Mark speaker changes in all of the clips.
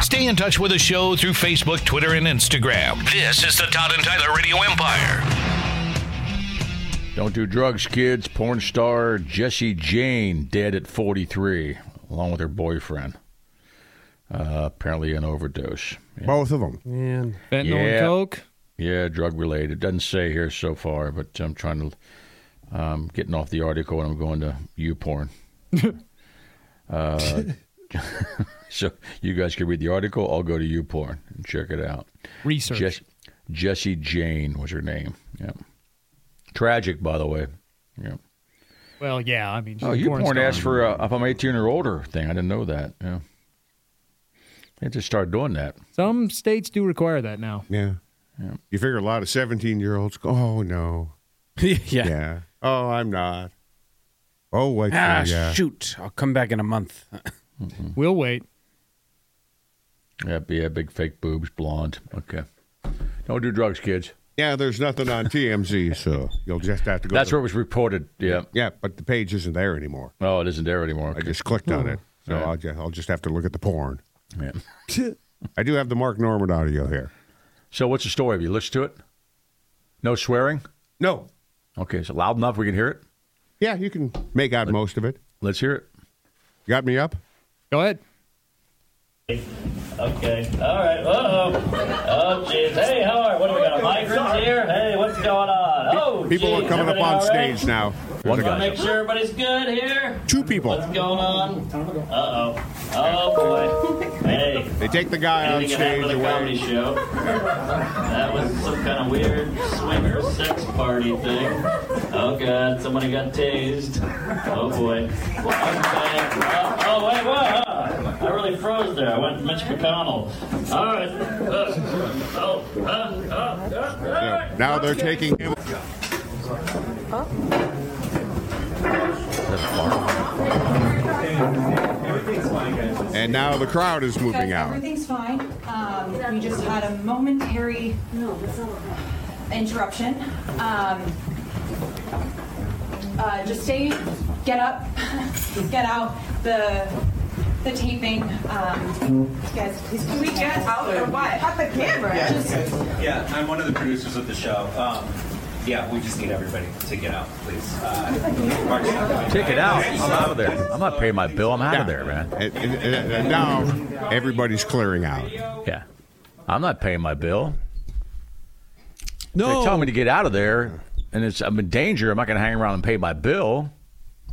Speaker 1: Stay in touch with the show through Facebook, Twitter, and Instagram. This is the Todd and Tyler Radio Empire.
Speaker 2: Don't do drugs, kids. Porn star Jessie Jane dead at 43, along with her boyfriend. Uh, apparently, an overdose.
Speaker 3: Both of them.
Speaker 4: Man, fentanyl
Speaker 2: Yeah.
Speaker 4: and coke.
Speaker 2: Yeah, drug related. Doesn't say here so far, but I'm trying to. Um, getting off the article and I'm going to U porn. uh, so you guys can read the article. I'll go to U porn and check it out.
Speaker 4: Research.
Speaker 2: Jess, Jessie Jane was her name. Yeah. Tragic, by the way. Yeah.
Speaker 4: well, yeah. I mean, she's
Speaker 2: Oh,
Speaker 4: a
Speaker 2: you
Speaker 4: porn
Speaker 2: porn
Speaker 4: star.
Speaker 2: asked for a, if I'm 18 or older thing. I didn't know that. Yeah. They just started doing that.
Speaker 4: Some states do require that now.
Speaker 3: Yeah. You figure a lot of 17 year olds go, oh, no.
Speaker 5: yeah.
Speaker 3: Yeah. Oh, I'm not. Oh, wait.
Speaker 5: Ah,
Speaker 3: for- yeah.
Speaker 5: shoot. I'll come back in a month.
Speaker 4: We'll wait.
Speaker 2: Yeah, b- yeah, big fake boobs, blonde. Okay. Don't do drugs, kids.
Speaker 3: yeah, there's nothing on TMZ, so you'll just have to go.
Speaker 2: That's
Speaker 3: to-
Speaker 2: where it was reported. Yeah.
Speaker 3: Yeah, but the page isn't there anymore.
Speaker 2: Oh, it isn't there anymore.
Speaker 3: I just clicked on it. So I'll, just, I'll just have to look at the porn.
Speaker 2: Yeah.
Speaker 3: I do have the Mark Norman audio here.
Speaker 2: So, what's the story? Have you listened to it? No swearing?
Speaker 3: No.
Speaker 2: Okay. Is it loud enough we can hear it?
Speaker 3: Yeah, you can make out most of it.
Speaker 2: Let's hear it.
Speaker 3: Got me up?
Speaker 4: Go ahead.
Speaker 6: Okay. All right. Uh oh. Oh, jeez. Hey, how are? What do we got? Mike's in here. Hey, what's going on? Oh,
Speaker 3: People
Speaker 6: jeez,
Speaker 3: are coming up
Speaker 6: everything
Speaker 3: on
Speaker 6: all right?
Speaker 3: stage now.
Speaker 2: One
Speaker 6: Wanna
Speaker 2: guy.
Speaker 6: Make sure everybody's good here.
Speaker 3: Two people.
Speaker 6: What's going on? Uh oh. Oh boy. Hey.
Speaker 3: They take the guy on
Speaker 6: Anything can happen
Speaker 3: stage
Speaker 6: at a comedy
Speaker 3: away.
Speaker 6: show. That was some kind of weird swinger sex party thing. Oh god, somebody got tased. Oh boy. Oh, oh wait, whoa! huh. I really froze there. I went Mitch McConnell. All right. Uh, oh, uh, uh, uh, all right.
Speaker 3: Now they're taking him. And now the crowd is
Speaker 7: Guys,
Speaker 3: moving out.
Speaker 7: everything's fine. Um, we just had a momentary interruption. Um, uh, just stay, get up, get out the the taping. Um, guys, please can we get out or what? Cut the camera. Just,
Speaker 8: Yeah, I'm one of the producers of the show. Um, yeah, we just need everybody to get out, please. Uh, Mark's not coming.
Speaker 2: Take it out. I'm out of there. I'm not paying my bill. I'm out of there, man.
Speaker 3: And, and- and- and now everybody's clearing out.
Speaker 2: Yeah. I'm not paying my bill.
Speaker 5: No.
Speaker 2: They tell me to get out of there, and it's I'm in danger. I'm not going to hang around and pay my bill.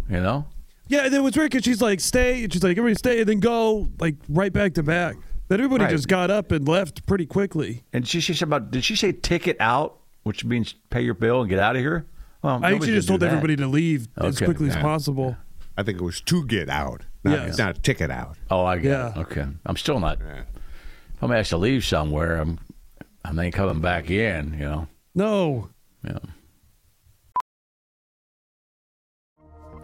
Speaker 2: You know,
Speaker 5: yeah, and it was weird because she's like, stay. And she's like, everybody stay and then go, like, right back to back. Then everybody
Speaker 2: Right.
Speaker 5: just got up and left pretty quickly.
Speaker 2: and she, she said about did she say ticket out, which means pay your bill and get out of here? Well,
Speaker 5: I
Speaker 2: nobody
Speaker 5: actually
Speaker 2: can
Speaker 5: just
Speaker 2: do
Speaker 5: told
Speaker 2: that.
Speaker 5: everybody to leave as
Speaker 2: Okay.
Speaker 5: quickly as
Speaker 2: Yeah.
Speaker 5: possible.
Speaker 3: I think it was to get out, not,
Speaker 5: Yes.
Speaker 3: not ticket out.
Speaker 2: Oh, I get it.
Speaker 5: Yeah.
Speaker 2: Okay, I'm still not. If I'm asked to leave somewhere, I'm I'm ain't coming back in. You know.
Speaker 5: No.
Speaker 2: Yeah.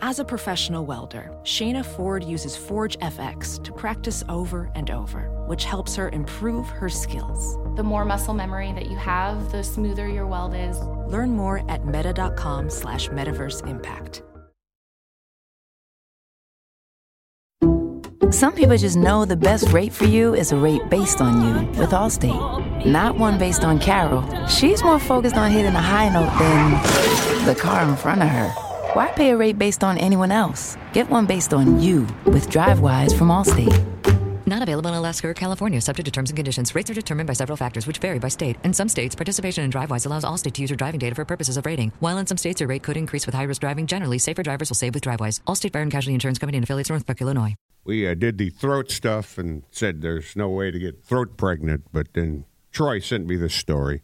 Speaker 9: As a professional welder, Shayna Ford uses Forge FX to practice over and over, which helps her improve her skills.
Speaker 10: The more muscle memory that you have, the smoother your weld is.
Speaker 9: Learn more at meta.com slash metaverse impact. Some people just know the best rate for you is a rate based on you with Allstate, not one based on Carol. She's more focused on hitting a high note than the car in front of her. Why pay a rate based on anyone else? Get one based on you with DriveWise from Allstate.
Speaker 11: Not available in Alaska or California, subject to terms and conditions. Rates are determined by several factors, which vary by state. In some states, participation in DriveWise allows all state to use your driving data for purposes of rating, while in some states, your rate could increase with high risk driving. Generally, safer drivers will save with DriveWise. Allstate Fire and Casualty Insurance Company and affiliates, Northbrook, Illinois.
Speaker 3: We uh, did the throat stuff and said there's no way to get throat pregnant, but then Troy sent me this story.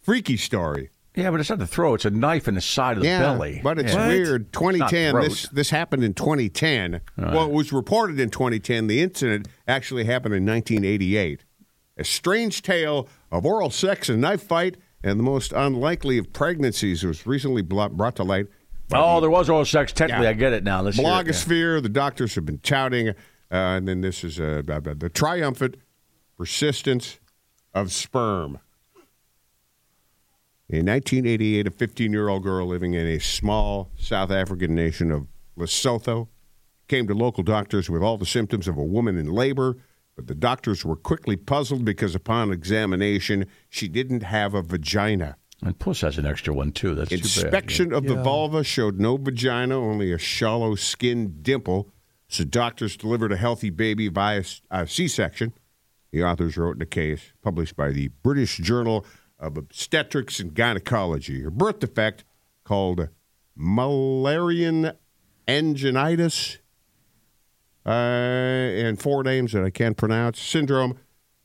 Speaker 3: Freaky story.
Speaker 2: Yeah, but it's not the throat. It's a knife in the side of the
Speaker 3: yeah,
Speaker 2: belly.
Speaker 3: But it's
Speaker 2: Yeah.
Speaker 3: weird.
Speaker 2: It's not
Speaker 3: 2010,
Speaker 2: throat.
Speaker 3: this, this happened in 2010. Well, it was reported in 2010. The incident actually happened in 1988. A strange tale of oral sex and knife fight, and the most unlikely of pregnancies was recently blo- brought to light
Speaker 2: Oh, there was oral sex. Technically,
Speaker 3: Yeah.
Speaker 2: I get it now. Let's hear it.
Speaker 3: blogosphere. The doctors have been touting, uh, and then this is uh, blah, blah, the triumphant persistence of sperm. In 1988, a 15 year old girl living in a small South African nation of Lesotho came to local doctors with all the symptoms of a woman in labor, but the doctors were quickly puzzled because upon examination, she didn't have a vagina.
Speaker 2: And Puss has an extra one, too. That's too bad.
Speaker 3: Inspection of the vulva showed no vagina, only a shallow skin dimple. So doctors delivered a healthy baby via C section. The authors wrote in a case published by the British Journal of Obstetrics and Gynecology. Her birth defect, called malarian anginitis, uh, and four names that I can't pronounce, syndrome,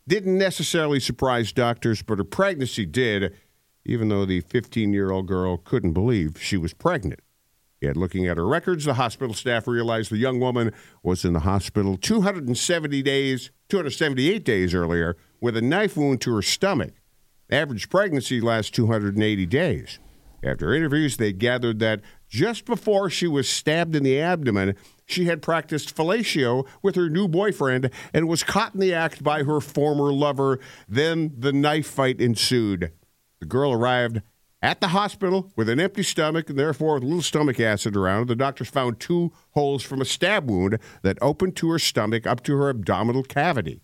Speaker 3: didn't necessarily surprise doctors, but her pregnancy did, even though the 15 year old girl couldn't believe she was pregnant. Yet, looking at her records, the hospital staff realized the young woman was in the hospital 270 days, 278 days earlier, with a knife wound to her stomach. Average pregnancy lasts 280 days. After interviews, they gathered that just before she was stabbed in the abdomen, she had practiced fellatio with her new boyfriend and was caught in the act by her former lover. Then the knife fight ensued. The girl arrived at the hospital with an empty stomach and therefore with a little stomach acid around. The doctors found two holes from a stab wound that opened to her stomach up to her abdominal cavity.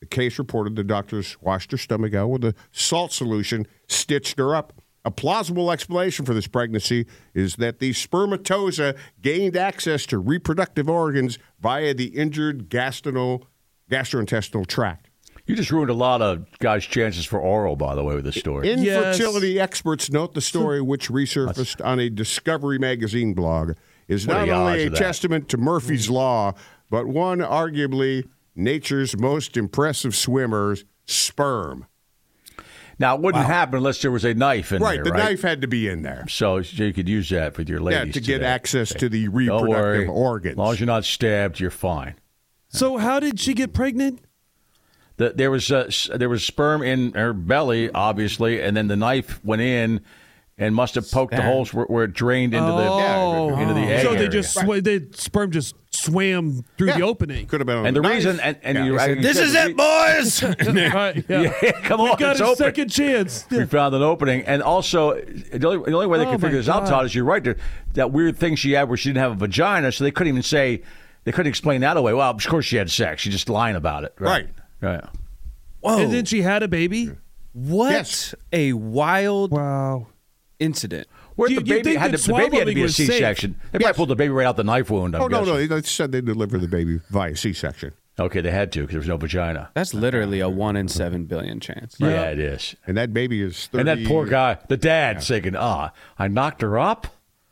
Speaker 3: The case reported the doctors washed her stomach out with a salt solution, stitched her up. A plausible explanation for this pregnancy is that the spermatoza gained access to reproductive organs via the injured gastino, gastrointestinal tract.
Speaker 2: You just ruined a lot of guys' chances for oral, by the way, with this story.
Speaker 3: Infertility experts note the story, which resurfaced on a Discovery Magazine blog, is
Speaker 2: What are
Speaker 3: not
Speaker 2: the
Speaker 3: only
Speaker 2: odds
Speaker 3: a
Speaker 2: of that? Hmm.
Speaker 3: testament to Murphy's Law, but one arguably nature's most impressive swimmers, sperm.
Speaker 2: Now, it wouldn't happen unless there was a knife in
Speaker 3: right,
Speaker 2: there,
Speaker 3: the
Speaker 2: right?
Speaker 3: knife had to be in there.
Speaker 2: So you could use that with your ladies.
Speaker 3: to get
Speaker 2: today.
Speaker 3: access to the
Speaker 2: Don't worry.
Speaker 3: reproductive organs.
Speaker 2: As long as you're not stabbed, you're fine.
Speaker 5: So how did she get pregnant?
Speaker 2: The, there was uh, s- there was sperm in her belly, obviously, and then the knife went in and must have poked the holes where, where it drained into the
Speaker 5: oh,
Speaker 2: into the egg.
Speaker 5: So they
Speaker 2: area.
Speaker 5: just swa- they sperm just swam through the opening.
Speaker 3: Could have been.
Speaker 2: And the reason, and, and you're right, you
Speaker 5: this
Speaker 2: said
Speaker 5: is
Speaker 2: the
Speaker 5: it, boys. right, yeah.
Speaker 2: Yeah, come
Speaker 5: we
Speaker 2: on,
Speaker 5: got
Speaker 2: it's
Speaker 5: a
Speaker 2: open.
Speaker 5: second chance.
Speaker 2: we found an opening. And also, the only, the only way they
Speaker 5: Oh,
Speaker 2: could figure
Speaker 5: my
Speaker 2: this out,
Speaker 5: God.
Speaker 2: Todd, is you're right. there- That weird thing she had where she didn't have a vagina, so they couldn't even say, they couldn't explain that away. Well, of course she had sex. She's just lying about it. Right. Right.
Speaker 5: Whoa. And then she had a baby.
Speaker 12: What a wild wow incident.
Speaker 2: Where
Speaker 5: Do you-
Speaker 2: the
Speaker 5: you
Speaker 2: baby
Speaker 5: think
Speaker 2: had to,
Speaker 5: that
Speaker 2: the baby had to
Speaker 5: swallowing
Speaker 2: be a
Speaker 5: was safe?
Speaker 2: C-section. They probably pulled the baby right out the knife wound. I'm
Speaker 3: Oh no,
Speaker 2: guessing.
Speaker 3: no, they said they deliver the baby via C-section,
Speaker 2: Okay, they had to because there was no vagina.
Speaker 12: That's literally a one in seven billion chance.
Speaker 2: Yeah, it is.
Speaker 3: and that baby is 30,
Speaker 2: And that poor guy, the dad, thinking, "Ah, I knocked her up."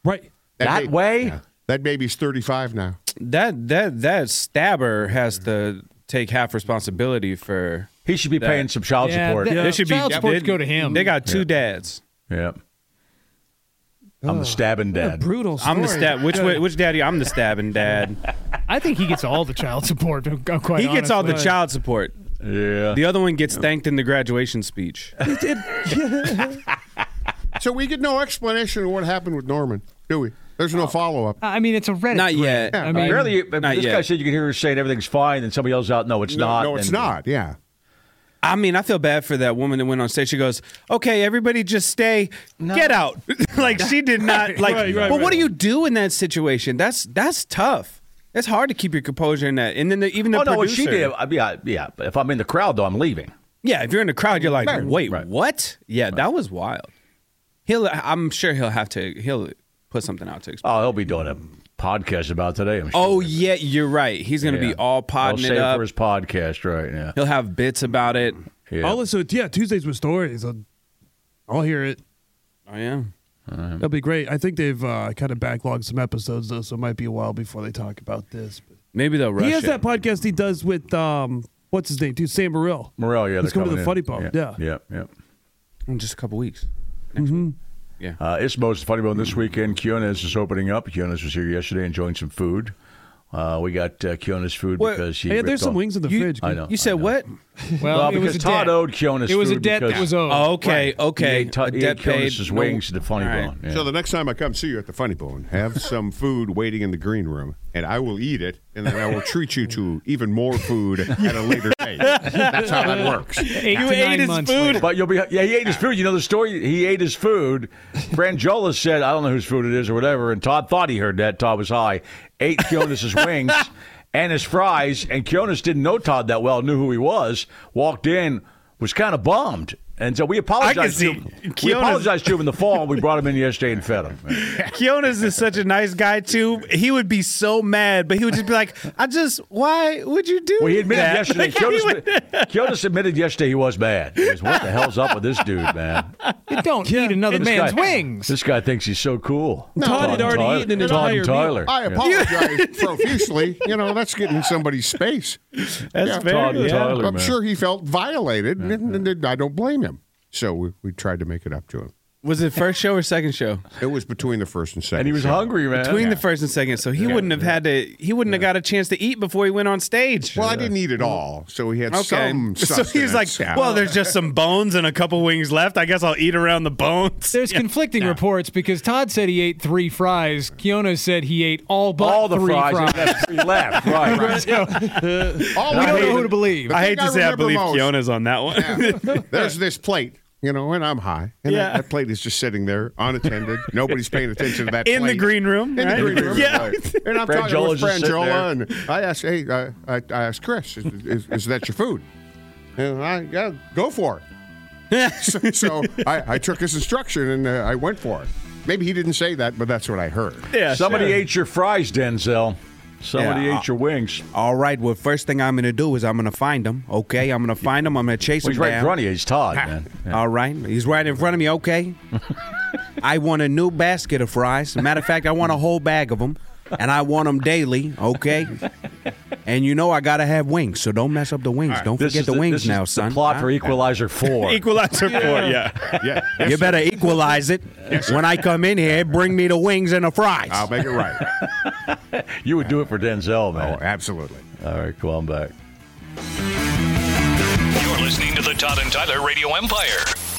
Speaker 5: Right.
Speaker 3: That,
Speaker 12: That
Speaker 3: ba-
Speaker 12: way?
Speaker 3: yeah. That baby's thirty-five now.
Speaker 12: That that that stabber has to take half responsibility for.
Speaker 2: He should be
Speaker 12: that.
Speaker 2: paying some child
Speaker 12: Yeah,
Speaker 2: support.
Speaker 12: th-
Speaker 2: Yeah.
Speaker 12: There should be
Speaker 4: Child support should go to him.
Speaker 12: They got two dads.
Speaker 2: Yep. I'm the stabbing dad.
Speaker 5: brutal.
Speaker 12: I'm the
Speaker 4: story.
Speaker 12: stab. Which way- which daddy? I'm the stabbing dad.
Speaker 4: I think he gets all the child support. to go Quite
Speaker 12: he gets all the
Speaker 4: honestly.
Speaker 12: child support.
Speaker 2: Yeah.
Speaker 12: The other one gets thanked in the graduation speech.
Speaker 3: So we get no explanation of what happened with Norman, do we? There's no follow-up.
Speaker 4: I mean, it's a Reddit.
Speaker 12: Not
Speaker 4: thread.
Speaker 12: yet.
Speaker 4: I mean,
Speaker 2: Apparently, you-
Speaker 12: Uh,
Speaker 2: this guy said you can hear her saying everything's fine, and somebody else out, no, it's
Speaker 3: No,
Speaker 2: not.
Speaker 3: no, it's
Speaker 2: and-
Speaker 3: not. Yeah.
Speaker 12: I mean, I feel bad for that woman that went on stage. She goes, "Okay, everybody, just stay, get out." like she did not like.
Speaker 5: Right, right,
Speaker 12: but
Speaker 5: right.
Speaker 12: what do you do in that situation? That's that's tough. It's hard to keep your composure in that. And then the, even the
Speaker 2: Oh no, what
Speaker 12: producer.
Speaker 2: she did. I, yeah, yeah. But if I'm in the crowd, though, I'm leaving.
Speaker 12: Yeah, if you're in the crowd, you're like, "Wait, what?" Yeah, that was wild. He'll. I'm sure he'll have to. He'll put something out to explain.
Speaker 2: Oh, he'll be doing a podcast about today. I'm sure.
Speaker 12: Oh yeah, you're right. He's gonna
Speaker 2: Yeah.
Speaker 12: be all
Speaker 2: I'll
Speaker 12: podding
Speaker 2: save
Speaker 12: it
Speaker 2: it
Speaker 12: up.
Speaker 2: for his podcast, right? Yeah.
Speaker 12: He'll have bits about it.
Speaker 5: I'll listen. To, yeah, Tuesdays with stories. I'll, I'll hear it.
Speaker 12: Oh yeah.
Speaker 5: That'll be great. I think they've uh, kind of backlogged some episodes though, so it might be a while before they talk about this. But
Speaker 12: Maybe they'll rush
Speaker 5: he has
Speaker 12: it.
Speaker 5: that podcast he does with um, what's his name, dude, Sam Morril.
Speaker 2: Morel, yeah,
Speaker 5: he's
Speaker 2: they're
Speaker 5: coming to the
Speaker 2: in.
Speaker 5: Funny Bone. Yeah,
Speaker 2: yeah, yeah.
Speaker 12: In just a couple weeks.
Speaker 5: hmm
Speaker 12: Yeah.
Speaker 2: Uh, Ismo's Funny Bone this weekend. Kionis is opening up. Kionis was here yesterday enjoying some food. Uh, we got uh, Kionis food
Speaker 12: What?
Speaker 2: because she.
Speaker 5: Hey, there's
Speaker 2: ripped
Speaker 5: some
Speaker 2: off-
Speaker 5: wings in the
Speaker 12: You,
Speaker 5: fridge.
Speaker 2: I know.
Speaker 12: You said what?
Speaker 2: Well, because Todd owed Kionis
Speaker 4: It was a
Speaker 2: food
Speaker 4: debt that
Speaker 2: because-
Speaker 4: was owed.
Speaker 12: Oh, okay, okay.
Speaker 2: He ate, Ta-
Speaker 12: A
Speaker 2: he
Speaker 12: debt
Speaker 2: ate Kionis's
Speaker 12: paid. No-
Speaker 2: wings at the Funny
Speaker 12: All right.
Speaker 2: Bone. Yeah.
Speaker 3: So the next time I come see you at the Funny Bone, have some food waiting in the green room, and I will eat it, and then I will treat you to even more food at a later date. That's how that works.
Speaker 4: Eight to nine months later.
Speaker 2: But you'll be yeah, he ate his food. You know the story. He ate his food. Frangiola said, "I don't know whose food it is or whatever." And Todd thought he heard that. Todd was high. Ate Kionis's wings and his fries. And Kionis didn't know Todd that well. Knew who he was. Walked in, was kind of bummed. And so we apologized.
Speaker 12: see
Speaker 2: to him. We
Speaker 12: Kionis-
Speaker 2: apologized to him in the fall. We brought him in yesterday and fed him.
Speaker 12: Kionis is such a nice guy too. He would be so mad, but he would just be like, "I just, why would you do?"
Speaker 2: Well, he admitted
Speaker 12: that?
Speaker 2: yesterday.
Speaker 12: Like, he
Speaker 2: Kionis,
Speaker 12: would-
Speaker 2: Kionis admitted yesterday he was mad. He goes, what the hell's up with this dude, man?
Speaker 4: You don't eat another
Speaker 2: This
Speaker 4: man's
Speaker 2: guy-
Speaker 4: wings.
Speaker 2: This guy thinks he's so cool.
Speaker 5: Todd had already
Speaker 2: Tyler-
Speaker 5: eaten an
Speaker 2: Todd
Speaker 5: entire
Speaker 2: and
Speaker 5: meal.
Speaker 2: Tyler.
Speaker 3: I
Speaker 2: Yeah.
Speaker 3: apologize profusely. You know, that's getting somebody's space.
Speaker 12: That's fair, Todd and yeah. Tyler,
Speaker 3: I'm
Speaker 12: man.
Speaker 3: sure he felt violated, and, and- and I don't blame him. So we, we tried to make it up to him.
Speaker 12: was it first show or second show?
Speaker 3: It was between the first and second.
Speaker 2: And he was
Speaker 3: show.
Speaker 2: hungry, man.
Speaker 12: Between the first and second, so he wouldn't have had to. He wouldn't have got a chance to eat before he went on stage.
Speaker 3: Well, I didn't eat it all, so he had
Speaker 12: Okay.
Speaker 3: some.
Speaker 12: so he was like,
Speaker 3: sustenance down.
Speaker 12: "Well, there's just some bones and a couple wings left. I guess I'll eat around the bones."
Speaker 4: There's conflicting reports because Todd said he ate three fries. Keona said he ate all but
Speaker 2: all the
Speaker 4: three
Speaker 2: fries. and left three left. Right.
Speaker 3: All
Speaker 4: we
Speaker 3: I
Speaker 4: don't know
Speaker 3: hate-
Speaker 4: who to believe.
Speaker 3: The
Speaker 12: I hate
Speaker 3: thing
Speaker 12: to say I
Speaker 3: remember
Speaker 12: believe
Speaker 3: most-
Speaker 12: Kiona's on that one.
Speaker 3: There's this plate, you know, and I'm high. And
Speaker 12: Yeah.
Speaker 3: that, that plate is just sitting there unattended. Nobody's paying attention to that
Speaker 12: In the
Speaker 3: plate.
Speaker 12: green room,
Speaker 3: In
Speaker 12: right?
Speaker 3: the green room.
Speaker 12: Yeah.
Speaker 3: right. And I'm talking
Speaker 2: Frangiolas
Speaker 3: with
Speaker 2: is sitting
Speaker 3: Frangiola, and I asked, hey, I, I, I asked Chris, is, is, is that your food? And I, yeah, go for it. so so I, I took his instruction and uh, I went for it. Maybe he didn't say that, but that's what I heard.
Speaker 12: Yeah,
Speaker 2: Somebody
Speaker 12: sure.
Speaker 2: ate your fries, Denzel. Somebody
Speaker 12: Yeah.
Speaker 2: ate your wings.
Speaker 12: All right. Well, first thing I'm going to do is I'm going to find him. Okay, I'm going to find him. I'm going to chase
Speaker 2: Well, he's
Speaker 12: him
Speaker 2: right in
Speaker 12: down.
Speaker 2: front of you. He's Todd, man.
Speaker 12: All right, he's right in front of me. Okay, I want a new basket of fries. Matter of fact, I want a whole bag of them, and I want them daily. Okay, and you know I gotta have wings, so don't mess up the wings. Don't
Speaker 2: This
Speaker 12: forget
Speaker 2: is
Speaker 12: the, wings
Speaker 2: this is
Speaker 12: now,
Speaker 2: the
Speaker 12: son.
Speaker 2: plot for Equalizer 4.
Speaker 12: Equalizer for yeah.
Speaker 3: Yeah.
Speaker 12: You better equalize it. when I come in here, bring me the wings and the fries.
Speaker 3: I'll make it right.
Speaker 2: you would do it for Denzel,
Speaker 3: Oh,
Speaker 2: man.
Speaker 3: absolutely.
Speaker 2: All right, cool. I'm back.
Speaker 1: You're listening to the Todd and Tyler Radio Empire.